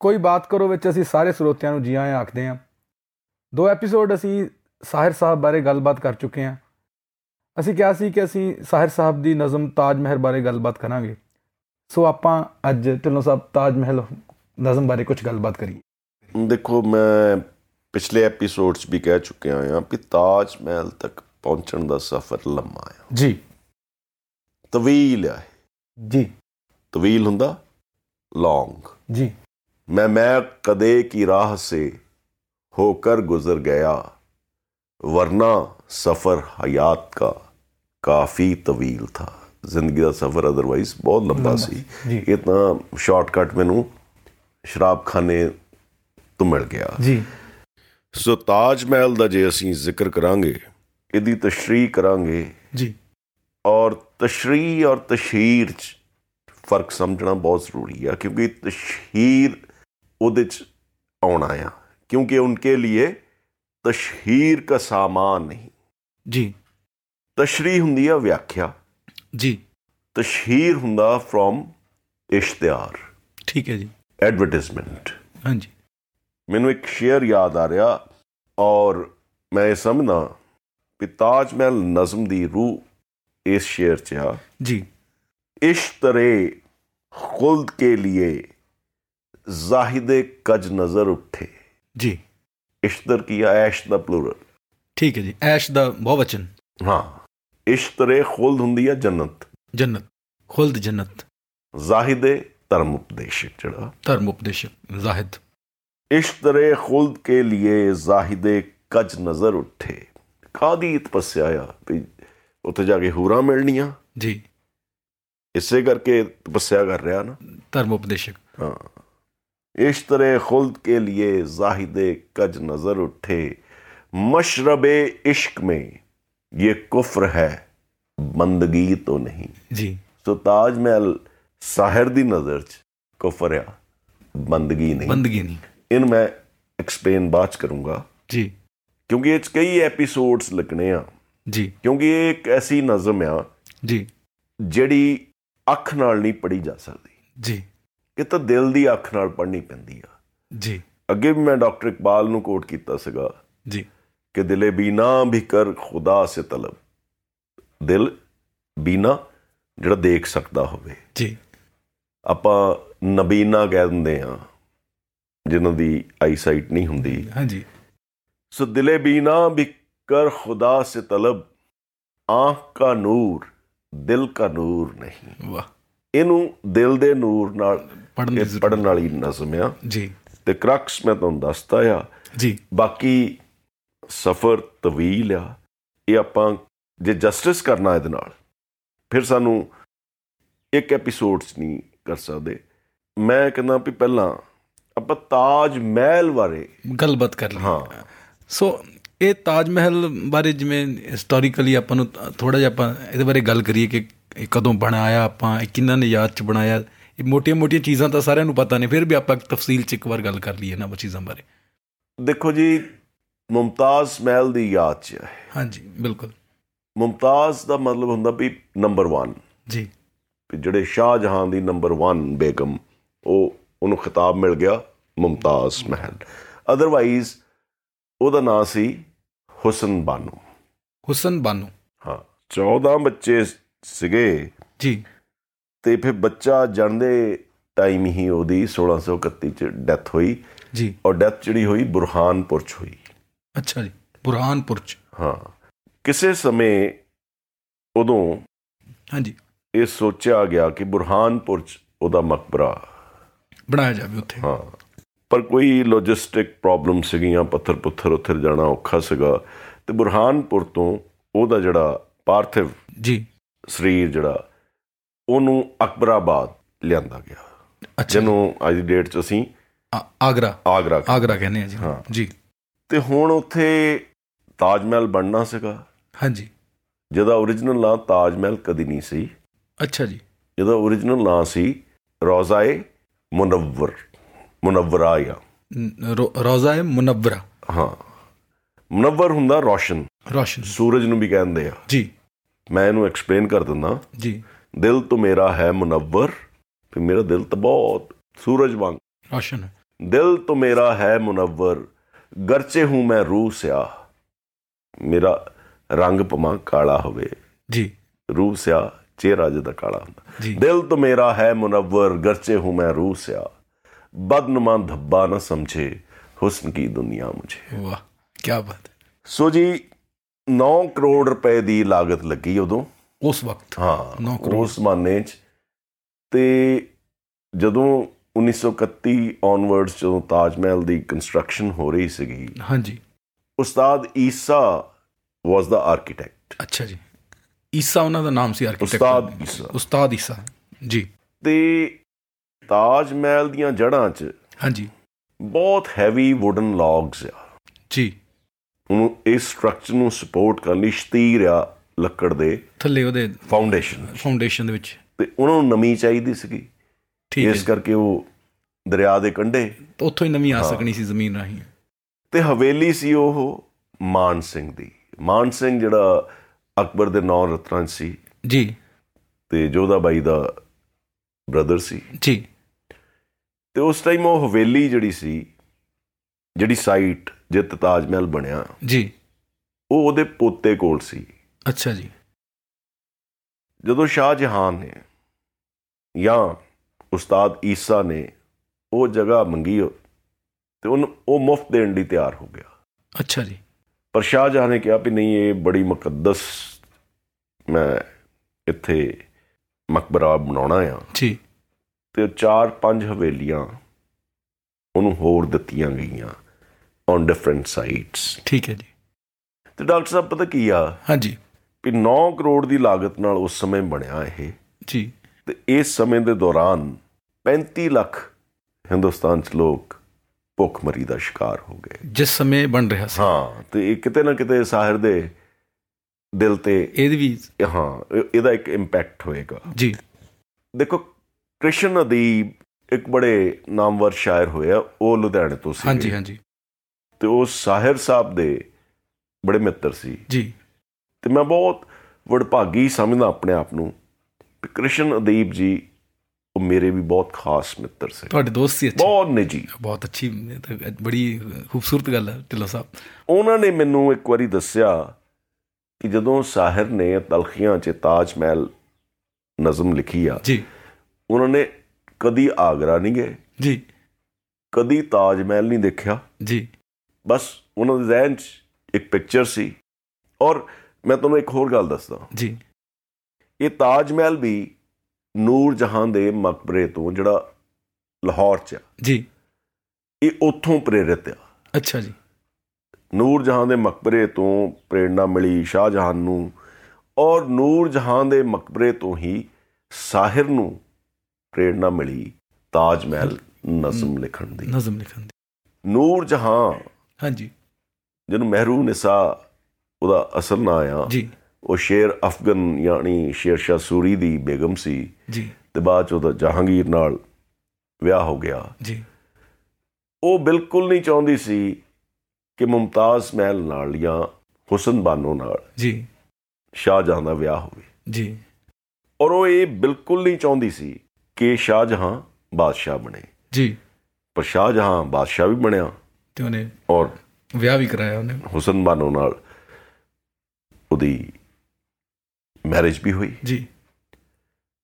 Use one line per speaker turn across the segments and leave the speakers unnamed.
ਕੋਈ ਬਾਤ ਕਰੋ ਵਿੱਚ ਅਸੀਂ ਸਾਰੇ ਸਰੋਤਿਆਂ ਨੂੰ ਜੀ ਆਇਆਂ ਆਖਦੇ ਹਾਂ ਦੋ ਐਪੀਸੋਡ ਅਸੀਂ ਸਾਹਿਰ ਸਾਹਿਬ ਬਾਰੇ ਗੱਲਬਾਤ ਕਰ ਚੁੱਕੇ ਹਾਂ ਅਸੀਂ ਕਿਹਾ ਸੀ ਕਿ ਅਸੀਂ ਸਾਹਿਰ ਸਾਹਿਬ ਦੀ ਨਜ਼ਮ ਤਾਜ ਮਹਿਲ ਬਾਰੇ ਗੱਲਬਾਤ ਕਰਾਂਗੇ ਸੋ ਆਪਾਂ ਅੱਜ ਢਿੱਲੋਂ ਸਾਹਿਬ ਤਾਜ ਮਹਿਲ ਨਜ਼ਮ ਬਾਰੇ ਕੁਝ ਗੱਲਬਾਤ ਕਰੀਏ
ਦੇਖੋ ਮੈਂ ਪਿਛਲੇ ਐਪੀਸੋਡਸ ਵੀ ਕਹਿ ਚੁੱਕਿਆ ਹਾਂ ਕਿ ਤਾਜ ਮਹਿਲ ਤੱਕ ਪਹੁੰਚਣ ਦਾ ਸਫ਼ਰ ਲੰਮਾ ਹੈ
ਜੀ
ਤਵੀਲ ਹੈ
ਜੀ
ਤਵੀਲ ਹੁੰਦਾ ਲੌਂਗ
ਜੀ
मैं मैं कदे की राह से होकर गुजर गया वरना सफ़र हयात का काफ़ी तवील था ਜ਼ਿੰਦਗੀ ਦਾ ਸਫ਼ਰ ਅਦਰਵਾਈਜ਼ ਬਹੁਤ ਲੰਬਾ ਸੀ
ਜੀ।
ਇਹ ਤਾਂ ਸ਼ਾਰਟਕਟ ਮੈਨੂੰ ਸ਼ਰਾਬਖਾਨੇ ਤੋਂ ਮਿਲ ਗਿਆ
ਜੀ
ਸੋ ਤਾਜ ਮਹਿਲ ਦਾ ਜੇ ਅਸੀਂ ਜ਼ਿਕਰ ਕਰਾਂਗੇ ਇਹਦੀ ਤਸ਼ਰੀਹ ਕਰਾਂਗੇ
ਜੀ
ਔਰ ਤਸ਼ਰੀਹ ਔਰ ਤਸ਼ਹੀਰ ਚ ਫਰਕ ਸਮਝਣਾ ਬਹੁਤ ਜ਼ਰੂਰੀ ਆ ਕਿਉਂਕਿ ਤਸ਼ਹੀਰ ਉਹਦੇ ਚ ਆਉਣਾ ਆ ਕਿਉਂਕਿ ਉਨਕੇ ਲਈ ਤਸ਼ਹੀਰ ਕਾ ਸਾਮਾਨ ਨਹੀਂ
ਜੀ
ਤਸ਼ਰੀਹ ਹੁੰਦੀ ਆ ਵਿਆਖਿਆ
ਜੀ
ਤਸ਼ਹੀਰ ਹੁੰਦਾ ਫਰੋਮ ਇਸ਼ਤਿਹਾਰ
ਠੀਕ ਹੈ ਜੀ
ਐਡਵਰਟਾਈਜ਼ਮੈਂਟ
ਹਾਂਜੀ
ਮੈਨੂੰ ਇੱਕ ਸ਼ੇਅਰ ਯਾਦ ਆ ਰਿਹਾ ਔਰ ਮੈਂ ਇਹ ਸਮਝਦਾ ਕਿ ਤਾਜ ਮਹਿਲ ਨਜ਼ਮ ਦੀ ਰੂਹ ਇਸ ਸ਼ੇਅਰ 'ਚ ਆ
ਜੀ
इश्तरे खुल्द के लिए जाहिद कज नजर उठे
ਜੀ
इश्तर किया ऐश ਦਾ plural
ਠੀਕ ਹੈ ਜੀ ਐਸ਼ ਦਾ ਬਹੁਵਚਨ
ਹਾਂ ਇਸ਼ਤਰੇ ਖੁਲਦ ਹੁੰਦੀ ਹੈ ਜੰਨਤ
ਜੰਨਤ ਖੁਲਦ ਜੰਨਤ
ਜ਼ਾਹਿਦ ਧਰਮ ਉਪਦੇਸ਼ਕ ਜਿਹੜਾ
ਧਰਮ ਉਪਦੇਸ਼ਕ ਜ਼ਾਹਿਦ
ਇਸ਼ਤਰੇ ਖੁਲਦ ਕੇ ਲਈ ਜ਼ਾਹਿਦ ਕਜ ਨਜ਼ਰ ਉਠੇ ਕਾਦੀ ਤਪੱਸਿਆ ਆ ਵੀ ਉੱਥੇ ਜਾ ਕੇ ਹੂਰਾ ਮਿਲਣੀਆਂ
ਜੀ
ਇਸੇ ਕਰਕੇ ਤਪੱਸਿਆ ਕਰ ਰਿਹਾ ਨਾ
ਧਰਮ ਉਪਦੇਸ਼ਕ
हाँ इस तरह खुल्द के लिए जाहिद कज नजर उठे मशरब इश्क में ये कुफ्र है बंदगी तो नहीं
ਜੀ
सो ताज महल साहिर दी नजर च कुफर है बंदगी नहीं
ਬੰਦਗੀ ਨਹੀਂ
इन मैं एक्सप्लेन बाद च करूंगा
ਜੀ
क्योंकि ये च कई एपिसोड्स लगने आ
ਜੀ
क्योंकि ये एक ऐसी नज़म आ
ਜੀ
ਜਿਹੜੀ ਅੱਖ ਨਾਲ ਨਹੀਂ ਪੜੀ ਜਾ ਸਕਦੀ
ਜੀ
ਇਹ ਤਾਂ ਦਿਲ ਦੀ ਅੱਖ ਨਾਲ ਪੜ੍ਹਨੀ ਪੈਂਦੀ ਆ
ਜੀ
ਅੱਗੇ ਵੀ ਮੈਂ ਡਾਕਟਰ ਇਕਬਾਲ ਨੂੰ ਕੋਟ ਕੀਤਾ ਸੀਗਾ
ਜੀ
ਕਿ ਦਿਲੇ ਬੀਨਾ ਵੀ ਕਰ ਖੁਦਾ ਸੇ ਤਲਬ ਦਿਲ ਬੀਨਾ ਜਿਹੜਾ ਦੇਖ ਸਕਦਾ ਹੋਵੇ
ਜੀ
ਆਪਾਂ ਨਬੀਨਾ ਕਹਿ ਦਿੰਦੇ ਆ ਜਿਨ੍ਹਾਂ ਦੀ ਆਈਸਾਈਟ ਨਹੀਂ ਹੁੰਦੀ
ਹਾਂਜੀ
ਸੋ ਦਿਲੇ ਬੀਨਾ ਵੀ ਕਰ ਖੁਦਾ ਸੇ ਤਲਬ ਆਂਖ ਕਾ ਨੂਰ ਦਿਲ ਕਾ ਨੂਰ ਨਹੀਂ
ਵਾਹ
ਇਹਨੂੰ ਦਿਲ ਦੇ ਨੂਰ ਨਾਲ
ਪੜਨ ਦੀ
ਇਹ
ਜ਼ਰੂਰਤ
ਪੜਨ ਵਾਲੀ ਨਜ਼ਮ ਆ
ਜੀ
ਤੇ ਕਰਕਸ ਮੈਂ ਤੁਹਾਨੂੰ ਦੱਸਤਾ ਆ
ਜੀ
ਬਾਕੀ ਸਫ਼ਰ ਤਵੀਲ ਆ ਇਹ ਆਪਾਂ ਜੇ ਜਸਟਿਸ ਕਰਨਾ ਇਹਦੇ ਨਾਲ ਫਿਰ ਸਾਨੂੰ ਇੱਕ ਐਪੀਸੋਡਸ ਨਹੀਂ ਕਰ ਸਕਦੇ ਮੈਂ ਕਹਿੰਦਾ ਵੀ ਪਹਿਲਾਂ ਆਪਾਂ ਤਾਜ ਮਹਿਲ ਬਾਰੇ
ਗੱਲਬਾਤ ਕਰ ਲਈ
ਹਾਂ
ਸੋ ਇਹ ਤਾਜ ਮਹਿਲ ਬਾਰੇ ਜਿਵੇਂ ਹਿਸਟੋਰੀਕਲੀ ਆਪਾਂ ਨੂੰ ਥੋੜਾ ਜਿਹਾ ਆਪਾਂ ਇਹਦੇ ਬਾਰੇ ਗੱਲ ਕਰੀਏ ਕਿ ਇਹ ਕਦੋਂ ਬਣਾਇਆ ਆਪਾਂ ਇਹ ਕਿਹਨਾਂ ਨੇ ਯਾਦ ਚ ਬਣਾਇਆ ਇਹ ਮੋਟੀਆਂ-ਮੋਟੀਆਂ ਚੀਜ਼ਾਂ ਤਾਂ ਸਾਰਿਆਂ ਨੂੰ ਪਤਾ ਨੇ ਫਿਰ ਵੀ ਆਪਾਂ ਤਫਸੀਲ ਚ ਇੱਕ ਵਾਰ ਗੱਲ ਕਰ ਲਈਏ ਇਹਨਾਂ ਚੀਜ਼ਾਂ ਬਾਰੇ
ਦੇਖੋ ਜੀ ਮੁਮਤਾਜ਼ ਮਹਿਲ ਦੀ ਯਾਦ ਚ ਹੈ
ਹਾਂਜੀ ਬਿਲਕੁਲ
ਮੁਮਤਾਜ਼ ਦਾ ਮਤਲਬ ਹੁੰਦਾ ਵੀ ਨੰਬਰ 1
ਜੀ
ਵੀ ਜਿਹੜੇ ਸ਼ਾਹ ਜਹਾਂ ਦੀ ਨੰਬਰ 1 ਬੇਗਮ ਉਹ ਉਹਨੂੰ ਖਿਤਾਬ ਮਿਲ ਗਿਆ ਮੁਮਤਾਜ਼ ਮਹਿਲ ਅਦਰਵਾਈਜ਼ ਉਹਦਾ ਨਾਂ ਸੀ ਹੁਸਨ ਬਾਨੂ
ਹੁਸਨ ਬਾਨੂ
ਹਾਂ 14 ਬੱਚੇ ਸੀਗੇ
ਜੀ
ਤੇ ਫਿਰ ਬੱਚਾ ਜਣਦੇ ਟਾਈਮ ਹੀ ਉਹਦੀ 1631 ਚ ਡੈਥ ਹੋਈ
ਜੀ
ਔਰ ਡੈਥ ਜਿਹੜੀ ਹੋਈ ਬੁਰਹਾਨਪੁਰ ਚ ਹੋਈ
ਅੱਛਾ ਜੀ ਬੁਰਹਾਨਪੁਰ ਚ
ਹਾਂ ਕਿਸੇ ਸਮੇਂ ਉਦੋਂ
ਹਾਂਜੀ
ਇਹ ਸੋਚਿਆ ਗਿਆ ਕਿ ਬੁਰਹਾਨਪੁਰ ਚ ਉਹਦਾ ਮਕਬਰਾ
ਬਣਾਇਆ ਜਾਵੇ ਉੱਥੇ
ਹਾਂ ਪਰ ਕੋਈ ਲੌਜਿਸਟਿਕ ਪ੍ਰੋਬਲਮ ਸੀਗੀਆਂ ਪੱਥਰ ਪੁੱਥਰ ਉੱਥੇ ਜਾਣਾ ਔਖਾ ਸੀਗਾ ਤੇ ਬੁਰਹਾਨਪੁਰ ਤੋਂ ਉਹਦਾ ਜਿਹੜਾ ਪਾਰਥਿਵ
ਜੀ
ਸਰੀਰ ਜਿਹੜਾ ਉਹਨੂੰ ਅਕਬਰਾਬਾਦ ਲਿਆਂਦਾ ਗਿਆ
ਅੱਛਾ
ਜਿਹਨੂੰ ਅੱਜ ਦੀ ਡੇਟ 'ਚ ਅਸੀਂ
ਆ- ਆਗਰਾ
ਆਗਰਾ ਕਹਿੰਦੇ
ਆਗਰਾ ਕਹਿੰਦੇ ਆ ਜੀ
ਹਾਂ।
ਜੀ
ਤੇ ਹੁਣ ਉੱਥੇ ਤਾਜ ਮਹਿਲ ਬਣਨਾ ਸੀਗਾ
ਹਾਂਜੀ
ਜਿਹਦਾ origignal ਨਾਂ ਤਾਜ ਮਹਿਲ ਕਦੀ ਨਹੀਂ ਸੀ
ਅੱਛਾ ਜੀ
ਜਿਹਦਾ origignal ਨਾਂ ਸੀ ਰੌਜ਼ਾਏ ਮੁਨੱਵਰ ਮੁਨੱਵਰਾਇਆ
ਨ- ਰੋ- ਰੋਜ਼ਾ ਹੈ ਮੁਨੱਵਰਾ
ਹਾਂ ਮੁਨੱਵਰ ਹੁੰਦਾ ਰੋਸ਼ਨ
ਰੋਸ਼ਨ
ਸੂਰਜ ਨੂੰ ਵੀ ਕਹਿੰਦੇ ਆ
ਜੀ
ਮੈਂ ਇਹਨੂੰ ਐਕਸਪਲੇਨ ਕਰ ਦਿੰਦਾ
ਜੀ
ਦਿਲ ਤੋਂ ਮੇਰਾ ਹੈ ਮੁਨੱਵਰ ਤੇ ਮੇਰਾ ਦਿਲ ਤਾਂ ਬਹੁਤ ਸੂਰਜ ਵਾਂਗ
ਰੋਸ਼ਨ ਹੈ
ਦਿਲ ਤੋ ਮੇਰਾ ਹੈ ਮੁਨੱਵਰ ਗਰਚੇ ਹੂੰ ਮੈਂ ਰੂਹ ਸਿਆਹ ਮੇਰਾ ਰੰਗ ਭਮਾ ਕਾਲਾ ਹੋਵੇ
ਜੀ
ਰੂਹ ਸਿਆ ਚਿਹਰਾ ਜਿਹਦਾ ਕਾਲਾ ਹੁੰਦਾ
ਜੀ।
ਦਿਲ ਤੋ ਮੇਰਾ ਹੈ ਮੁਨੱਵਰ ਗਰਚੇ ਹੂੰ ਮੈਂ ਰੂਹ ਸਿਆ ਬਦਨਮਾ ਧੱਬਾ ਨਾ ਸਮਝੇ ਹੁਸਨ ਕੀ ਦੁਨੀਆ ਮੁਝੇ
ਵਾਹ ਕੀ ਬਾਤ ਹੈ
ਸੋ ਜੀ 9 ਕਰੋੜ ਰੁਪਏ ਦੀ ਲਾਗਤ ਲੱਗੀ ਉਦੋਂ
ਉਸ ਵਕਤ
ਹਾਂ
ਨੌ ਕਰੋੜ।
ਉਸ ਜ਼ਮਾਨੇ 'ਚ ਤੇ ਜਦੋਂ 1931 ਆਨਵਰਡਸ ਜਦੋਂ ਤਾਜ ਮਹਿਲ ਦੀ ਕੰਸਟਰਕਸ਼ਨ ਹੋ ਰਹੀ ਸੀਗੀ
ਹਾਂਜੀ
ਉਸਤਾਦ ਈਸਾ ਵਾਸ ਦਾ ਆਰਕੀਟੈਕਟ
ਅੱਛਾ ਜੀ ਈਸਾ ਉਹਨਾਂ ਦਾ ਨਾਮ ਸੀ ਆਰਕੀਟੈਕਟ
ਉਸਤਾਦ ਈਸਾ।
ਉਸਤਾਦ ਈਸਾ ਜੀ
ਤੇ ਤਾਜ ਮਹਿਲ ਦੀਆਂ ਜੜ੍ਹਾਂ 'ਚ
ਹਾਂਜੀ
ਬਹੁਤ ਹੈਵੀ ਵੁਡਨ ਲੌਗਸ ਆ
ਜੀ
ਉਹਨੂੰ ਇਸ ਸਟਰਕਚਰ ਨੂੰ ਸਪੋਰਟ ਕਰਨ ਲਈ ਸ਼ਤੀਰ ਆ ਲੱਕੜ ਦੇ
ਥੱਲੇ ਉਹਦੇ
ਫਾਊਂਡੇਸ਼ਨ
ਫਾਊਂਡੇਸ਼ਨ ਦੇ ਵਿੱਚ
ਤੇ ਉਹਨਾਂ ਨੂੰ ਨਮੀ ਚਾਹੀਦੀ ਸੀਗੀ
ਠੀਕ ਹੈ
ਇਸ ਕਰਕੇ ਉਹ ਦਰਿਆ ਦੇ ਕੰਢੇ
ਤਾਂ ਉੱਥੋਂ ਹੀ ਨਵੀਂ ਆ ਸਕਣੀ ਸੀ ਜ਼ਮੀਨ ਰਾਹੀਂ
ਤੇ ਹਵੇਲੀ ਸੀ ਉਹ ਮਾਨ ਸਿੰਘ ਦੀ ਮਾਨ ਸਿੰਘ ਜਿਹੜਾ ਅਕਬਰ ਦੇ ਨੌ ਰਤਨ ਸੀ
ਜੀ
ਤੇ ਜੋਧਾ ਬਾਈ ਦਾ ਬ੍ਰਦਰ ਸੀ
ਜੀ
ਤੇ ਉਸ ਟਾਈਮ ਉਹ ਹਵੇਲੀ ਜਿਹੜੀ ਸੀ ਜਿਹੜੀ ਸਾਈਟ ਜਿੱਥੇ ਤਾਜ ਮਹਿਲ ਬਣਿਆ
ਜੀ
ਉਹ ਉਹਦੇ ਪੋਤੇ ਕੋਲ ਸੀ
ਅੱਛਾ ਜੀ
ਜਦੋਂ ਸ਼ਾਹ ਜਹਾਨ ਨੇ ਜਾਂ ਉਸਤਾਦ ਈਸਾ ਨੇ ਉਹ ਜਗ੍ਹਾ ਮੰਗੀ ਉਹ, ਤੇ ਉਹਨੂੰ ਉਹ ਮੁਫਤ ਦੇਣ ਲਈ ਤਿਆਰ ਹੋ ਗਿਆ
ਅੱਛਾ ਜੀ
ਪਰ ਸ਼ਾਹ ਜਹਾਨ ਨੇ ਕਿਹਾ ਵੀ ਨਹੀਂ ਇਹ ਬੜੀ ਮੁਕੱਦਸ ਮੈਂ ਇੱਥੇ ਮਕਬਰਾ ਬਣਾਉਣਾ ਆ
ਜੀ
ਤੇ ਉਹ ਚਾਰ ਪੰਜ ਹਵੇਲੀਆਂ ਉਹਨੂੰ ਹੋਰ ਦਿੱਤੀਆਂ ਗਈਆਂ ਔਨ ਡਿਫਰੈਂਟ ਸਾਈਟਸ
ਠੀਕ ਹੈ ਜੀ
ਤੇ ਡਾਕਟਰ ਸਾਹਿਬ ਪਤਾ ਕੀ ਆ
ਹਾਂਜੀ
ਕਿ 9 ਕਰੋੜ ਦੀ ਲਾਗਤ ਨਾਲ ਉਸ ਸਮੇਂ ਬਣਿਆ ਇਹ
ਜੀ
ਤੇ ਇਸ ਸਮੇਂ ਦੇ ਦੌਰਾਨ 35 ਲੱਖ ਹਿੰਦੁਸਤਾਨ ਚ ਲੋਕ ਭੁੱਖਮਰੀ ਦਾ ਸ਼ਿਕਾਰ ਹੋ ਗਏ
ਜਿਸ ਸਮੇਂ ਇਹ ਬਣ ਰਿਹਾ ਸੀ
ਹਾਂ ਤੇ ਇਹ ਕਿਤੇ ਨਾ ਕਿਤੇ ਸਾਹਿਰ ਦੇ ਦਿਲ ਤੇ
ਇਹਦੀ ਵੀ
ਹਾਂ ਇਹ- ਇਹਦਾ ਇੱਕ ਇੰਪੈਕਟ ਹੋਏਗਾ
ਜੀ
ਦੇਖੋ ਕ੍ਰਿਸ਼ਨ ਅਦੀਬ ਇੱਕ ਬੜੇ ਨਾਮਵਰ ਸ਼ਾਇਰ ਹੋਇਆ ਉਹ ਲੁਧਿਆਣੇ ਤੋਂ ਸੀ
ਹਾਂਜੀ ਹਾਂਜੀ
ਤੇ ਉਹ ਸਾਹਿਰ ਸਾਹਿਬ ਦੇ ਬੜੇ ਮਿੱਤਰ ਸੀ
ਜੀ
ਤੇ ਮੈਂ ਬਹੁਤ ਵਡਭਾਗੀ ਸਮਝਦਾ ਆਪਣੇ ਆਪ ਨੂੰ ਕਿ ਕ੍ਰਿਸ਼ਨ ਅਦੀਬ ਜੀ ਉਹ ਮੇਰੇ ਵੀ ਬਹੁਤ ਖਾਸ ਮਿੱਤਰ ਸੀ
ਤੁਹਾਡੇ ਦੋਸਤ ਸੀ ਅੱਛੇ
ਬਹੁਤ ਨਿੱਜੀ
ਬਹੁਤ ਅੱਛੀ ਇਹ ਤਾਂ ਬੜੀ ਖੂਬਸੂਰਤ ਗੱਲ ਹੈ ਢਿੱਲੋਂ ਸਾਹਿਬ
ਉਹਨਾਂ ਨੇ ਮੈਨੂੰ ਇੱਕ ਵਾਰੀ ਦੱਸਿਆ ਕਿ ਜਦੋਂ ਸਾਹਿਰ ਨੇ ਤਲਖੀਆਂ 'ਚ ਤਾਜ ਮਹਿਲ ਨਜ਼ਮ ਲਿਖੀ ਆ
ਜੀ
ਉਹਨਾਂ ਨੇ ਕਦੀ ਆਗਰਾ ਨਹੀਂ ਗਏ
ਜੀ
ਕਦੀ ਤਾਜ ਮਹਿਲ ਨਹੀਂ ਦੇਖਿਆ
ਜੀ
ਬਸ ਉਹਨਾਂ ਦੇ ਜ਼ਿਹਨ 'ਚ ਇੱਕ ਪਿਕਚਰ ਸੀ ਔਰ ਮੈਂ ਤੁਹਾਨੂੰ ਇੱਕ ਹੋਰ ਗੱਲ ਦੱਸਦਾ
ਜੀ
ਇਹ ਤਾਜ ਮਹਿਲ ਵੀ ਨੂਰ ਜਹਾਂ ਦੇ ਮਕਬਰੇ ਤੋਂ ਜਿਹੜਾ ਲਾਹੌਰ 'ਚ ਆ
ਜੀ
ਇਹ ਉੱਥੋਂ ਪ੍ਰੇਰਿਤ ਆ
ਅੱਛਾ ਜੀ
ਨੂਰ ਜਹਾਂ ਦੇ ਮਕਬਰੇ ਤੋਂ ਪ੍ਰੇਰਣਾ ਮਿਲੀ ਸ਼ਾਹ ਜਹਾਨ ਨੂੰ ਔਰ ਨੂਰ ਜਹਾਂ ਦੇ ਮਕਬਰੇ ਤੋਂ ਹੀ ਸਾਹਿਰ ਨੂੰ ਪ੍ਰੇਰਣਾ ਮਿਲੀ ਤਾਜ ਮਹਿਲ ਨਜ਼ਮ ਲਿਖਣ ਦੀ
ਨਜ਼ਮ ਲਿਖਣ ਦੀ
ਨੂਰ ਜਹਾਂ
ਹਾਂਜੀ
ਜਿਹਨੂੰ ਮਹਿਰੂ ਨਿਸਾ ਉਹਦਾ ਅਸਲ ਨਾਂ ਆ
ਜੀ
ਉਹ ਸ਼ੇਰ ਅਫਗਨ ਯਾਨੀ ਸ਼ੇਰ ਸ਼ਾਹ ਸੂਰੀ ਦੀ ਬੇਗਮ ਸੀ
ਜੀ
ਤੇ ਬਾਅਦ ਚ ਉਹਦਾ ਜਹਾਂਗੀਰ ਨਾਲ ਵਿਆਹ ਹੋ ਗਿਆ
ਜੀ
ਉਹ ਬਿਲਕੁਲ ਨਹੀਂ ਚਾਹੁੰਦੀ ਸੀ ਕਿ ਮੁਮਤਾਜ਼ ਮਹਿਲ ਨਾਲ ਜਾਂ ਹੁਸਨ ਬਾਨੋ ਨਾਲ
ਜੀ
ਸ਼ਾਹਜਹਾਂ ਦਾ ਵਿਆਹ ਹੋਵੇ
ਜੀ
ਔਰ ਉਹ ਇਹ ਬਿਲਕੁਲ ਨਹੀਂ ਚਾਹੁੰਦੀ ਸੀ ਕਿ ਸ਼ਾਹਜਹਾਂ ਬਾਦਸ਼ਾਹ ਬਣੇ
ਜੀ
ਪਰ ਸ਼ਾਹਜਹਾਂ ਬਾਦਸ਼ਾਹ ਵੀ ਬਣਿਆ
ਤੇ ਉਹਨੇ
ਔਰ
ਵਿਆਹ ਵੀ ਕਰਾਇਆ ਉਹਨੇ
ਹੁਸਨ ਬਾਨੋ ਨਾਲ ਉਹਦੀ ਮੈਰਿਜ ਵੀ ਹੋਈ
ਜੀ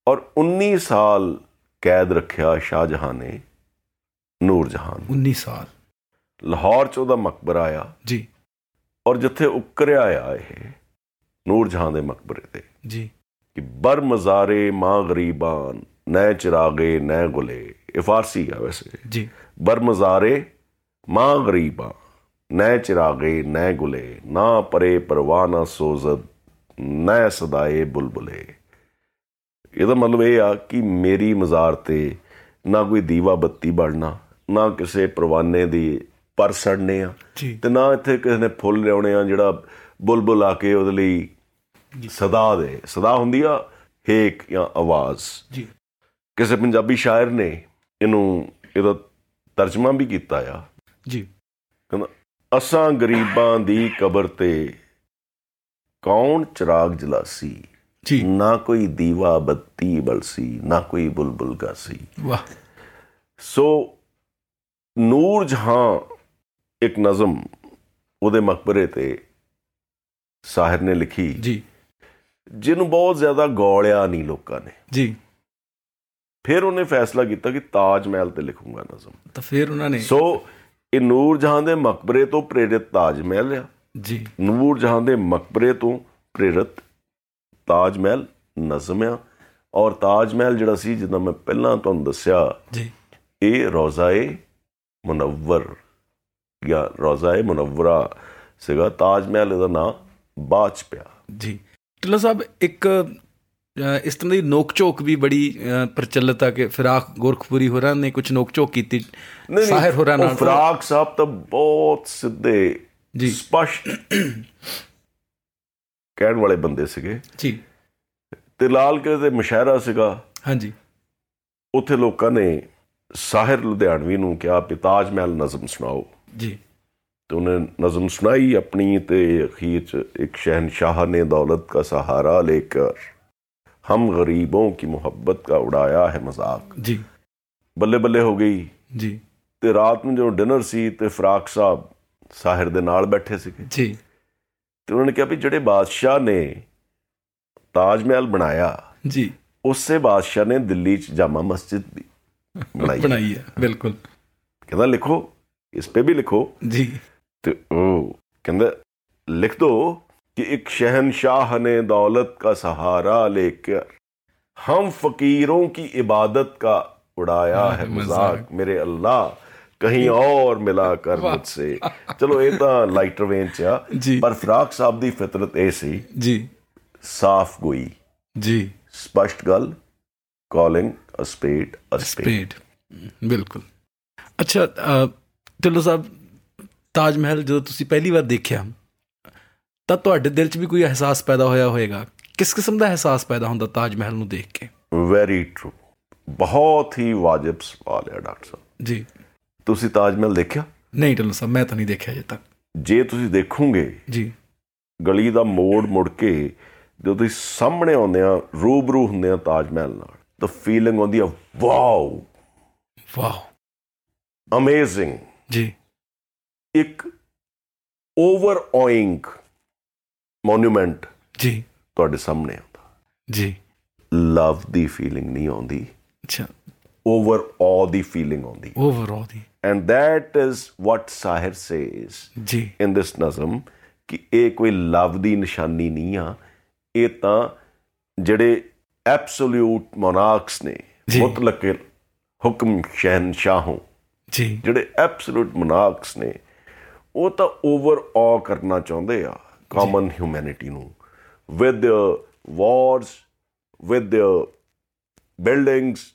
ਔਰ 19 ਸਾਲ ਕੈਦ ਰੱਖਿਆ ਸ਼ਾਹਜਹਾਂ ਨੇ ਨੂਰ ਜਹਾਂ ਨੂੰ।
19 ਸਾਲ
ਲਾਹੌਰ ਚ ਉਹਦਾ ਮਕਬਰਾ ਆ
ਜੀ
ਔਰ ਜਿੱਥੇ ਉਕਰਿਆ ਆ ਇਹ ਨੂਰ ਜਹਾਂ ਦੇ ਮਕਬਰੇ ਤੇ
ਜੀ
ਕਿ ਬਰ ਮਜ਼ਾਰੇ ਮਾਂ ਗਰੀਬਾਨ ਨੈ ਚਿਰਾਗੇ ਨੈ ਗੁਲੇ ਇਹ ਫਾਰਸੀ ਆ ਵੈਸੇ
ਜੀ
ਬਰ ਮਜ਼ਾਰੇ ਮਾਂ ਗਰੀਬਾਂ ਨੈ ਚਿਰਾਗੇ ਨੈ ਗੁਲੇ ਨਾ ਪਰੇ ਪਰਵਾਹ ਨਾ ਸੋਜ਼ਦ ਨੈ ਸਦਾਏ ਬੁਲਬੁਲੇ ਇਹਦਾ ਮਤਲਬ ਇਹ ਆ ਕਿ ਮੇਰੀ ਮਜ਼ਾਰ ਤੇ ਨਾ ਕੋਈ ਦੀਵਾ ਬੱਤੀ ਬੜਨਾ ਨਾ ਕਿਸੇ ਪਰਵਾਨੇ ਦੀ ਪਰ ਸੜਨੇ ਆ
ਜੀ
ਤੇ ਨਾ ਇੱਥੇ ਕਿਸੇ ਨੇ ਫੁੱਲ ਲਿਆਉਣੇ ਆ ਜਿਹੜਾ ਬੁਲਬੁਲ ਆ ਕੇ ਉਹਦੇ ਲਈ ਸਦਾ ਦੇ ਸਦਾ ਹੁੰਦੀ ਆ ਹੇਕ ਜਾਂ ਆਵਾਜ਼
ਜੀ
ਕਿਸੇ ਪੰਜਾਬੀ ਸ਼ਾਇਰ ਨੇ ਇਹਨੂੰ ਇਹਦਾ ਤਰਜਮਾ ਵੀ ਕੀਤਾ ਆ
ਜੀ
ਕਹਿੰਦਾ ਅਸਾਂ ਗਰੀਬਾਂ ਦੀ ਕਬਰ ਤੇ ਕੌਣ ਚਿਰਾਗ ਜਲਾਸੀ
ਜੀ
ਨਾ ਕੋਈ ਦੀਵਾ ਬੱਤੀ ਬਲਸੀ ਨਾ ਕੋਈ ਬੁਲਬੁਲ ਗਾਸੀ
ਵਾਹ
ਸੋ ਨੂਰ ਜਹਾਂ ਇੱਕ ਨਜ਼ਮ ਉਹਦੇ ਮਕਬਰੇ ਤੇ ਸਾਹਿਰ ਨੇ ਲਿਖੀ
ਜੀ
ਜਿਹਨੂੰ ਬਹੁਤ ਜ਼ਿਆਦਾ ਗੌਲਿਆ ਨਹੀਂ ਲੋਕਾਂ ਨੇ
ਜੀ
ਫਿਰ ਉਹਨੇ ਫੈਸਲਾ ਕੀਤਾ ਕਿ ਤਾਜ ਮਹਿਲ ਤੇ ਲਿਖੂੰਗਾ ਨਜ਼ਮ
ਤਾਂ ਫਿਰ ਉਹਨਾਂ ਨੇ
ਸੋ ਇਹ ਨੂਰ ਜਹਾਂ ਦੇ ਮਕਬਰੇ ਤੋਂ ਪ੍ਰੇਰਿਤ ਤਾਜ ਮਹਿਲ ਆ
ਜੀ
ਨੂਰ ਜਹਾਂ ਦੇ ਮਕਬਰੇ ਤੋਂ ਪ੍ਰੇਰਿਤ ਤਾਜ ਮਹਿਲ ਨਜ਼ਮ ਆ ਔਰ ਤਾਜ ਮਹਿਲ ਜਿਹੜਾ ਸੀ ਜਿੱਦਾਂ ਮੈਂ ਪਹਿਲਾਂ ਤੁਹਾਨੂੰ ਦੱਸਿਆ
ਜੀ
ਇਹ ਰੋਜ਼ਾਏ ਮੁਨੱਵਰ ਜਾਂ ਰੋਜ਼ਾਏ ਮੁਨੱਵਰਾ ਸੀਗਾ ਤਾਜ ਮਹਿਲ ਦਾ ਨਾਂ ਬਾਅਦ ਚ ਪਿਆ
ਜੀ ਟਿੱਲੋ ਸਾਹਿਬ ਇੱਕ ਅ, ਇਸ ਤਰ੍ਹਾਂ ਦੀ ਨੋਕਝੋਕ ਵੀ ਬੜੀ ਅ, ਪ੍ਰਚਲਿਤ ਆ ਕਿ ਫਿਰਾਕ ਗੋਰਖਪੁਰੀ ਹੋਰਾਂ ਨੇ ਕੁਝ ਨੋਕਝੋਕ ਕੀਤੀ ਸਾਹਿਰ ਹੋਰਾਂ
ਉਹ
ਨਾਲ
ਫਰਾਕ ਸਾਹਿਬ ਤਾਂ ਬਹੁਤ ਸਿੱਧੇ
ਜੀ
ਸਪਸ਼ਟ ਕਹਿਣ ਵਾਲੇ ਬੰਦੇ ਸੀਗੇ
ਜੀ
ਤੇ ਲਾਲ ਕਿਲੇ ਤੇ ਮੁਸ਼ਾਇਰਾ ਸੀਗਾ
ਹਾਂਜੀ
ਉੱਥੇ ਲੋਕਾਂ ਨੇ ਸਾਹਿਰ ਲੁਧਿਆਣਵੀ ਨੂੰ ਕਿਹਾ ਵੀ ਤਾਜ ਮਹਿਲ ਨਜ਼ਮ ਸੁਣਾਓ
ਜੀ
ਤੇ ਉਹਨੇ ਨਜ਼ਮ ਸੁਣਾਈ ਆਪਣੀ ਤੇ ਅਖੀਰ ਚ ਇੱਕ ਸ਼ਹਿਨशाह ਨੇ ਦੌਲਤ का सहारा लेकर हम गरीबों की मोहब्बत का उड़ाया है मजाक
ਜੀ
ਬੱਲੇ ਬੱਲੇ ਹੋ ਗਈ
ਜੀ
ਤੇ ਰਾਤ ਨੂੰ ਜਦੋਂ ਡਿਨਰ ਸੀ ਤੇ ਫਰਾਕ ਸਾਹਿਬ ਸਾਹਿਰ ਦੇ ਨਾਲ ਬੈਠੇ ਸੀਗੇ
ਜੀ
ਤੇ ਉਹਨਾਂ ਨੇ ਕਿਹਾ ਵੀ ਜਿਹੜੇ ਬਾਦਸ਼ਾਹ ਨੇ ਤਾਜ ਮਹਿਲ ਬਣਾਇਆ
ਜੀ
ਉਸੇ ਬਾਦਸ਼ਾਹ ਨੇ ਦਿੱਲੀ ਚ ਜਾਮਾ ਮਸਜਿਦ ਵੀ ਬਣਾਈ ਹੈ।
ਬਣਾਈ ਹੈ ਬਿਲਕੁਲ
ਕਹਿੰਦਾ ਲਿਖੋ ਇਸ ਤੇ ਵੀ ਲਿਖੋ
ਜੀ
ਤੇ ਉਹ ਕਹਿੰਦਾ ਲਿਖ ਦੋ ਕਿ ਇੱਕ ਸ਼ਹਿਨशाह ਨੇ ਦੌਲਤ का सहारा लेकर हम फकीरों की इबादत का उड़ाया है मजाक मेरे अल्लाह कहीं और मिला कर मुझसे चलो ਇਹ ਤਾਂ ਲਾਈਟਰ ਵੇਨ ਚ ਆ
ਜੀ
ਪਰ ਫਰਾਕ ਸਾਹਿਬ ਦੀ ਫਿਤਰਤ ਇਹ ਸੀ
ਜੀ
ਸਾਫ਼ ਗੋਈ
ਜੀ
ਸਪਸ਼ਟ ਗੱਲ ਕਾਲਿੰਗ ਅ ਸਪੇਟ ਅ ਸਪੇਟ
ਸਪੇਡ ਬਿਲਕੁਲ ਅੱਛਾ ਅ, ਢਿੱਲੋਂ ਸਾਹਿਬ ਤਾਜ ਮਹਿਲ ਜਦੋਂ ਤੁਸੀਂ ਪਹਿਲੀ ਵਾਰ ਦੇਖਿਆ ਤਾਂ ਤੁਹਾਡੇ ਦਿਲ 'ਚ ਵੀ ਕੋਈ ਅਹਿਸਾਸ ਪੈਦਾ ਹੋਇਆ ਹੋਵੇਗਾ ਕਿਸ ਕਿਸਮ ਦਾ ਅਹਿਸਾਸ ਪੈਦਾ ਹੁੰਦਾ ਤਾਜ ਮਹਿਲ ਨੂੰ ਦੇਖ ਕੇ
ਵੈਰੀ ਟਰੂ ਬਹੁਤ ਹੀ ਵਾਜਿਬ ਸਵਾਲ ਹੈ ਡਾਕਟਰ ਸਾਹਿਬ
ਜੀ
ਤੁਸੀਂ ਤਾਜ ਮਹਿਲ ਦੇਖਿਆ
ਨਹੀਂ ਢਿੱਲੋਂ ਸਾਹਿਬ ਮੈਂ ਤਾਂ ਨਹੀਂ ਦੇਖਿਆ ਅਜੇ ਤੱਕ
ਜੇ ਤੁਸੀਂ ਦੇਖੋਗੇ
ਜੀ
ਗਲੀ ਦਾ ਮੋੜ ਮੁੜ ਕੇ ਜਦੋਂ ਤੁਸੀਂ ਸਾਹਮਣੇ ਆਉਂਦੇ ਆ ਰੂਬਰੂ ਹੁੰਦੇ ਆ ਤਾਜ ਮਹਿਲ ਨਾਲ ਤਾਂ ਫੀਲਿੰਗ ਆਉਂਦੀ ਆ ਵਾਓ
ਵਾਓ
ਅਮੇਜ਼ਿੰਗ
ਜੀ
ਇੱਕ ਓਵਰਆਇੰਗ ਮੋਨੂਮੈਂਟ
ਜੀ
ਤੁਹਾਡੇ ਸਾਹਮਣੇ ਆਉਂਦਾ
ਜੀ
ਲਵ ਦੀ ਫੀਲਿੰਗ ਨਹੀਂ ਆਉਂਦੀ
ਅੱਛਾ
ਓਵਰ ਆਲ ਦੀ ਫੀਲਿੰਗ ਆਉਂਦੀ
ਓਵਰਆਲ ਦੀ
and that is what Sahir says
ਜੀ
in this ਨਜ਼ਮ ਕਿ ਇਹ ਕੋਈ ਲਵ ਦੀ ਨਿਸ਼ਾਨੀ ਨਹੀਂ ਆ ਇਹ ਤਾਂ ਜਿਹੜੇ ਐਬਸੋਲਿਊਟ ਮੋਨਾਰਕਸ ਨੇ
ਜੀ।
ਮੁਤਲਕ ਹੁਕਮ ਸ਼ਹਿਨशाहों
ਜੀ
ਜਿਹੜੇ ਐਬਸੋਲਿਊਟ ਮੋਨਾਰਕਸ ਨੇ ਉਹ ਤਾਂ ਓਵਰ ਆ ਕਰਨਾ ਚਾਹੁੰਦੇ ਆ ਕਾਮਨ ਹਿਊਮੈਨਿਟੀ ਨੂੰ ਵਿਦ ਵਾਰਸ ਵਿਦ ਬਿਲਡਿੰਗਸ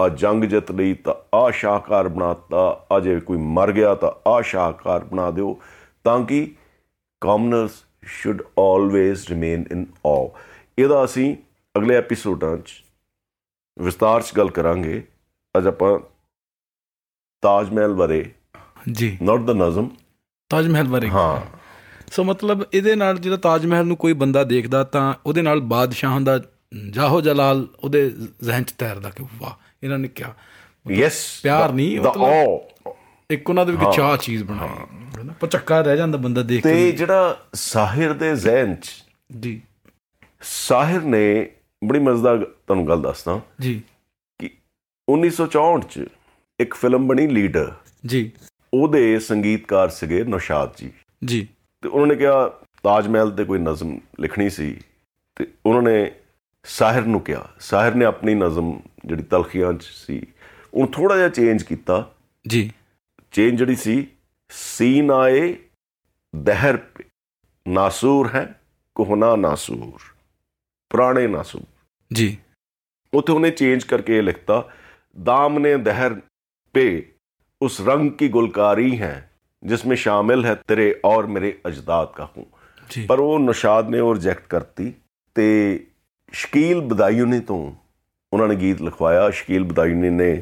ਆ ਜੰਗ ਜਿੱਤ ਲਈ ਤਾਂ ਆ ਸ਼ਾਹਕਾਰ ਬਣਾਤਾ ਆ ਜੇ ਕੋਈ ਮਰ ਗਿਆ ਤਾਂ ਆ ਸ਼ਾਹਕਾਰ ਬਣਾ ਦਿਓ ਤਾਂ ਕਿ commoners should always remain in ਆ ਇਹਦਾ ਅਸੀਂ ਅਗਲੇ ਐਪੀਸੋਡਾਂ 'ਚ ਵਿਸਤਾਰ 'ਚ ਗੱਲ ਕਰਾਂਗੇ ਅੱਜ ਆਪਾਂ ਤਾਜ ਮਹਿਲ ਬਾਰੇ
ਜੀ
ਨਾਟ ਦਾ ਨਜ਼ਮ
ਤਾਜ ਮਹਿਲ ਬਾਰੇ
ਹਾਂ
ਸੋ ਮਤਲਬ ਇਹਦੇ ਨਾਲ ਜਿਹੜਾ ਤਾਜ ਮਹਿਲ ਨੂੰ ਕੋਈ ਬੰਦਾ ਦੇਖਦਾ ਤਾਂ ਉਹਦੇ ਨਾਲ ਬਾਦਸ਼ਾਹਾਂ ਦਾ ਜਾਹੋ ਜਲਾਲ ਉਹਦੇ ਜ਼ਿਹਨ 'ਚ ਤੈਰਦਾ ਕਿ ਵਾਹ ਇਹਨਾਂ ਨੇ ਕਿਹਾ
ਯੈਸ
ਪਿਆਰ ਨਹੀਂ,
ਦਾ
ਮਤਲਬ-
awe।
ਇੱਕ ਉਹਨਾਂ ਦੇ ਵਿੱਚ ਚਾਹ ਚੀਜ਼ ਬਣਾਈ ਨਾ ਪਚੱਕਾ ਰਹਿ ਜਾਂਦਾ ਬੰਦਾ ਦੇਖ
ਤੇ
ਕੇ
ਜਿਹੜਾ ਸਾਹਿਰ ਦੇ ਜ਼ਹਿਨ ਚ
ਜੀ
ਸਾਹਿਰ ਨੇ ਬੜੀ ਮਜ਼ੇਦਾਰ ਤੁਹਾਨੂੰ ਗੱਲ ਦੱਸਦਾ
ਜੀ
ਕਿ 1964 ਚ ਇੱਕ ਫਿਲਮ ਬਣੀ ਲੀਡਰ
ਜੀ
ਉਹਦੇ ਸੰਗੀਤਕਾਰ ਸੀਗੇ ਨੌਸ਼ਾਦ ਜੀ
ਜੀ
ਤੇ ਉਹਨਾਂ ਨੇ ਕਿਹਾ ਤਾਜ ਮਹਿਲ ਤੇ ਕੋਈ ਨਜ਼ਮ ਲਿਖਣੀ ਸੀ ਤੇ ਉਹਨਾਂ ਨੇ ਸਾਹਿਰ ਨੂੰ ਕਿਹਾ ਸਾਹਿਰ ਨੇ ਆਪਣੀ ਨਜ਼ਮ ਜਿਹੜੀ ਤਲਖੀਆਂ ਚ ਸੀ ਉਹਨੂੰ ਥੋੜਾ ਜਿਹਾ ਚੇਂਜ ਕੀਤਾ
ਜੀ
ਚੇਂਜ ਜਿਹੜੀ ਸੀ ਸੀਨ ਆਏ ਦਹਿਰ ਪੇ ਨਾਸੂਰ ਹੈ ਕੋਹਨਾ ਨਾਸੂਰ ਪੁਰਾਣੇ ਨਾਸੂਰ
ਜੀ
ਉੱਥੇ ਉਹਨੇ ਚੇਂਜ ਕਰਕੇ ਇਹ ਲਿਖਤਾ ਦਾਮਨੇ ਦਹਿਰ ਪੇ ਉਸ ਰੰਗ ਕੀ ਗੁਲਕਾਰੀ ਹੈ ਜਿਸमें ਸ਼ਾਮਿਲ ਹੈ ਤੇਰੇ ਔਰ ਮੇਰੇ ਅਜਦਾਦ ਕਾ ਹੂੰ
ਜੀ
ਪਰ ਉਹ ਨਸ਼ਾਦ ਨੇ ਉਹ ਰਿਜੈਕਟ ਕਰਤੀ ਤੇ ਸ਼ਕੀਲ ਬਦਾਇਉਨੀ ਤੋਂ ਉਹਨਾਂ ਨੇ ਗੀਤ ਲਿਖਵਾਇਆ ਸ਼ਕੀਲ ਬਦਾਇਉਨੀ ਨੇ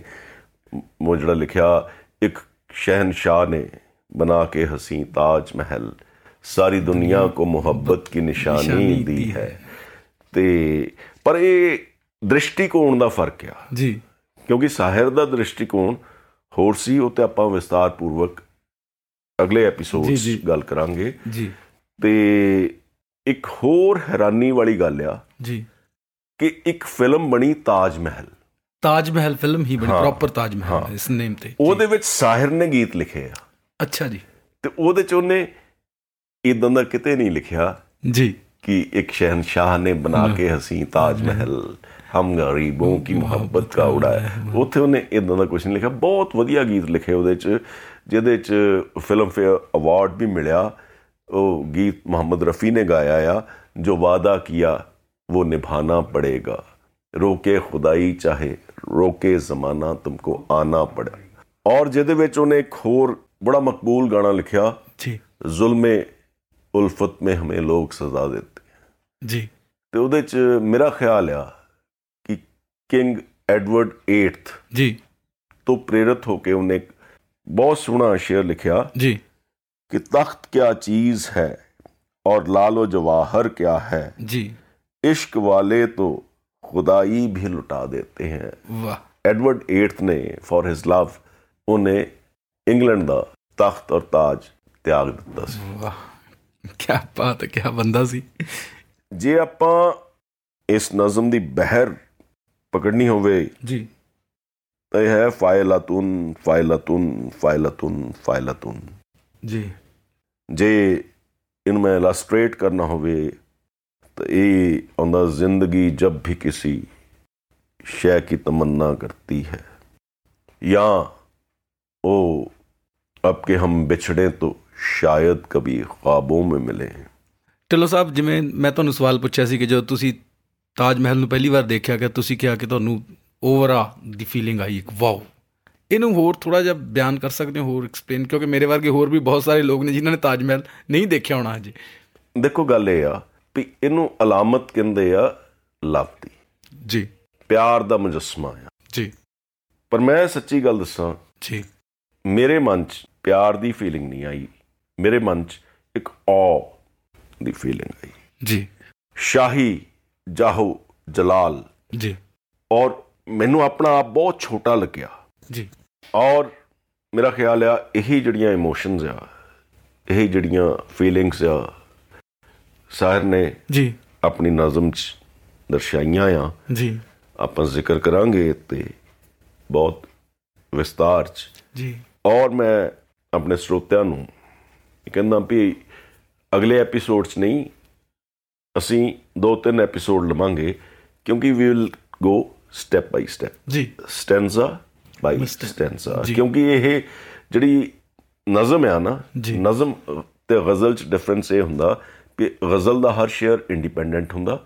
ਉਹ ਜਿਹੜਾ ਲਿਖਿਆ ਇੱਕ ਸ਼ਹਿਨशाह ਨੇ ਬਣਾ ਕੇ ਹਸੀ ਤਾਜ ਮਹਿਲ ਸਾਰੀ ਦੁਨੀਆ ਕੋ ਮੁਹੱਬਤ ਕੀ ਨਿਸ਼ਾਨੀ ਦੀ ਹੈ ਤੇ ਪਰ ਇਹ ਦ੍ਰਿਸ਼ਟੀਕੋਣ ਦਾ ਫਰਕ ਆ
ਜੀ
ਕਿਉਂਕਿ ਸਾਹਿਰ ਦਾ ਦ੍ਰਿਸ਼ਟੀਕੋਣ ਹੋਰ ਸੀ ਉਹ ਤੇ ਆਪਾਂ ਵਿਸਤਾਰ ਪੂਰਵਕ ਅਗਲੇ ਐਪੀਸੋਡ
ਜੀ,
'ਚ
ਜੀ।
ਗੱਲ ਕਰਾਂਗੇ
ਜੀ
ਤੇ ਇੱਕ ਹੋਰ ਹੈਰਾਨੀ ਵਾਲੀ ਗੱਲ ਆ
ਜੀ
ਕਿ ਇੱਕ ਫਿਲਮ ਬਣੀ ਤਾਜ ਮਹਿਲ
ਤਾਜ ਮਹਿਲ ਫਿਲਮ ਹੀ ਬਣੀ
ਹਾਂ,
ਪ੍ਰੋਪਰ ਤਾਜ
ਹਾਂ।
ਮਹਿਲ ਇਸ ਨੇਮ ਤੇ ਜੀ।
ਉਹਦੇ ਵਿੱਚ ਸਾਹਿਰ ਨੇ ਗੀਤ ਲਿਖੇ ਆ
ਅੱਛਾ ਜੀ
ਤੇ ਉਹਦੇ 'ਚ ਉਹਨੇ ਇਦਾਂ ਦਾ ਕਿਤੇ ਨਹੀਂ ਲਿਖਿਆ
ਜੀ
कि एक शहनशाह ने बना के हसी ताजमहल हम गरीबों की ਮੁਹੱਬਤ का ਉਡਾਇਆ ਉੱਥੇ ਉਹਨੇ ਇਦਾਂ ਦਾ ਕੁਝ ਨਹੀਂ ਲਿਖਿਆ ਬਹੁਤ ਵਧੀਆ ਗੀਤ ਲਿਖੇ ਉਹਦੇ ਚ ਜਿਹਦੇ ਚ ਫਿਲਮ ਫੇਅਰ ਅਵਾਰਡ ਵੀ ਮਿਲਿਆ ਉਹ ਗੀਤ ਮੁਹੰਮਦ ਰਫੀ ਨੇ ਗਾਇਆ ਆ ਜੋ ਵਾਦਾ ਕੀਆ ਉਹ ਨਿਭਾਣਾ ਪੜੇਗਾ ਰੋਕੇ ਖੁਦਾਈ ਚਾਹੇ ਰੋਕੇ ਜ਼ਮਾਨਾ ਤੁਮਕੋ ਆਨਾ ਪੜਾ ਔਰ ਜਿਹਦੇ ਵਿੱਚ ਉਹਨੇ ਇੱਕ ਹੋਰ ਬੜਾ ਮਕਬੂਲ ਗਾਣਾ ਲਿਖਿਆ
ਜੀ
ਜ਼ੁਲਮੇ ਉਲਫਤ ਮੇਂ ਹਮੇ ਲੋਕ ਸਜ਼ਾ ਦਿੱਤੇ
ਜੀ
ਤੇ ਉਹਦੇ ਚ ਮੇਰਾ ਖਿਆਲ ਆ ਕਿ ਕਿੰਗ ਐਡਵਰਡ 8th
ਜੀ
ਤੋਂ ਪ੍ਰੇਰਿਤ ਹੋ ਕੇ ਉਹਨੇ ਇੱਕ ਬਹੁਤ ਸੋਹਣਾ ਸ਼ੇਅਰ ਲਿਖਿਆ
ਜੀ
ਕਿ ਤਖਤ ਕਿਆ ਚੀਜ਼ ਹੈ ਔਰ ਲਾਲੋ ਜਵਾਹਰ ਕਿਆ ਹੈ
ਜੀ
ਇਸ਼ਕ ਵਾਲੇ ਤੋਂ ਖੁਦਾਈ ਵੀ ਲੁਟਾ ਦੇਤੇ ਹੈ
ਵਾਹ
ਐਡਵਰਡ 8th ਨੇ ਫॉर ਹਿਸ ਲਵ ਉਹਨੇ ਇੰਗਲੈਂਡ ਦਾ ਤਖਤ ਔਰ ਤਾਜ ਤਿਆਗ ਦਿੱਤਾ ਸੀ
ਵਾਹ ਕੀ ਬਾਤ ਹੈ ਕੀ ਬੰਦਾ ਸੀ
ਜੇ ਆਪਾਂ ਇਸ ਨਜ਼ਮ ਦੀ ਬਹਿਰ ਪਕੜਨੀ ਹੋਵੇ
ਜੀ
ਤਾਂ ਇਹ ਹੈ ਫਾਇਲਤੁਨ ਫਾਇਲਤੁਨ ਫਾਇਲਤੁਨ ਫਾਇਲਤੁਨ
ਜੀ
ਜੇ ਇਹਨੂੰ ਮੈਂ ਇਲਸਟ੍ਰੇਟ ਕਰਨਾ ਹੋਵੇ ਤਾਂ ਇਹ ਆਉਂਦਾ ਜ਼ਿੰਦਗੀ ਜਬ ਵੀ ਕਿਸੇ ਸ਼ੈ ਕੀ ਤਮੰਨਾ ਕਰਤੀ ਹੈ ਜਾਂ ਉਹ ਆਪਕੇ ਹਮ ਵਿਛੜੇ ਤੋਂ ਸ਼ਾਇਦ ਕਭੀ ख्वाबों में मिले
ਚਲੋ ਸਾਹਿਬ ਜਿਵੇਂ ਮੈਂ ਤੁਹਾਨੂੰ ਸਵਾਲ ਪੁੱਛਿਆ ਸੀ ਕਿ ਜਦੋਂ ਤੁਸੀਂ ਤਾਜ ਮਹਿਲ ਨੂੰ ਪਹਿਲੀ ਵਾਰ ਦੇਖਿਆ ਕਿ ਤੁਸੀਂ ਕਿਹਾ ਕਿ ਤੁਹਾਨੂੰ ਓਵਰਾ ਦੀ ਫੀਲਿੰਗ ਆਈ ਇੱਕ ਵਾਓ ਇਹਨੂੰ ਹੋਰ ਥੋੜਾ ਜਿਹਾ ਬਿਆਨ ਕਰ ਸਕਦੇ ਹੋ ਹੋਰ ਐਕਸਪਲੇਨ ਕਿਉਂਕਿ ਮੇਰੇ ਵਰਗੇ ਹੋਰ ਵੀ ਬਹੁਤ ਸਾਰੇ ਲੋਕ ਨੇ ਜਿਨ੍ਹਾਂ ਨੇ ਤਾਜ ਮਹਿਲ ਨਹੀਂ ਦੇਖਿਆ ਹੋਣਾ ਅਜੇ
ਦੇਖੋ ਗੱਲ ਇਹ ਆ ਵੀ ਇਹਨੂੰ ਅਲਾਮਤ ਕਹਿੰਦੇ ਆ ਲਵ ਦੀ
ਜੀ
ਪਿਆਰ ਦਾ ਮੁਜੱਸਮਾ ਆ
ਜੀ
ਪਰ ਮੈਂ ਸੱਚੀ ਗੱਲ ਦੱਸਾਂ
ਜੀ
ਮੇਰੇ ਮਨ 'ਚ ਪਿਆਰ ਦੀ ਫੀਲਿੰਗ ਨਹੀਂ ਆਈ ਮੇਰੇ ਮਨ 'ਚ ਇੱਕ ਔ ਦੀ ਫੀਲਿੰਗ ਆਈ
ਜੀ
ਸ਼ਾਹੀ ਜਾਹੋ ਜਲਾਲ
ਜੀ
ਔਰ ਮੈਨੂੰ ਆਪਣਾ ਆਪ ਬਹੁਤ ਛੋਟਾ ਲੱਗਿਆ
ਜੀ
ਔਰ ਮੇਰਾ ਖਿਆਲ ਆ ਇਹੀ ਜਿਹੜੀਆਂ ਇਮੋਸ਼ਨਸ ਆ ਇਹੀ ਜਿਹੜੀਆਂ ਫੀਲਿੰਗਸ ਆ ਸਾਹਿਰ ਨੇ
ਜੀ
ਆਪਣੀ ਨਜ਼ਮ 'ਚ ਦਰਸਾਈਆਂ ਆ
ਜੀ
ਆਪਾਂ ਜ਼ਿਕਰ ਕਰਾਂਗੇ ਤੇ ਬਹੁਤ ਵਿਸਤਾਰ 'ਚ
ਜੀ
ਔਰ ਮੈਂ ਆਪਣੇ ਸਰੋਤਿਆਂ ਨੂੰ ਕਹਿੰਦਾ ਵੀ ਅਗਲੇ ਐਪੀਸੋਡ 'ਚ ਨਹੀਂ ਅਸੀਂ ਦੋ ਤਿੰਨ ਐਪੀਸੋਡ ਲਵਾਂਗੇ ਕਿਉਂਕਿ we will go step by step
ਜੀ
ਸਟੈਂਜ਼ਾ ਬਾਈ
Step.
ਸਟੈਂਜ਼ਾ
ਜੀ।
ਕਿਉਂਕਿ ਇਹ ਜਿਹੜੀ ਨਜ਼ਮ ਆ ਨਾ
ਜੀ।
ਨਜ਼ਮ ਤੇ ਗ਼ਜ਼ਲ 'ਚ ਡਿਫਰੈਂਸ ਇਹ ਹੁੰਦਾ ਕਿ ਗ਼ਜ਼ਲ ਦਾ ਹਰ ਸ਼ੇਅਰ ਇੰਡੀਪੈਂਡੈਂਟ ਹੁੰਦਾ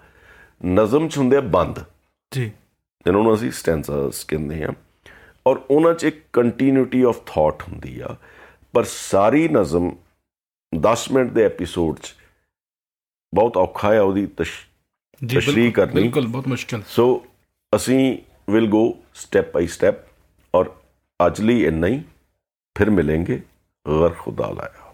ਨਜ਼ਮ 'ਚ ਹੁੰਦੇ ਆ ਬੰਦ
ਜੀ
ਜਿਹਨਾਂ ਨੂੰ ਅਸੀਂ ਸਟੈਂਸਾਸ ਕਹਿੰਦੇ ਆ ਔਰ ਉਹਨਾਂ 'ਚ ਇੱਕ ਕੰਟੀਨਿਊਟੀ ਆਫ ਥਾਟ ਹੁੰਦੀ ਆ ਪਰ ਸਾਰੀ ਨਜ਼ਮ 10 ਮਿੰਟ ਦੇ ਐਪੀਸੋਡ 'ਚ ਬਹੁਤ ਔਖਾ ਹੈ ਉਹਦੀ ਤਸ਼
ਜੀ
ਤਸ਼ਰੀਹ
ਬਿਲਕੁਲ-
ਕਰਨੀ।
ਬਿਲਕੁਲ ਬਹੁਤ ਮੁਸ਼ਕਲ
ਸੋ ਅਸੀਂ will go step by step ਔਰ ਅੱਜ ਲਈ ਇੰਨਾ ਹੀ ਫਿਰ ਮਿਲਾਂਗੇ ਗਰ ਖੁਦਾ ਲਾਇਆ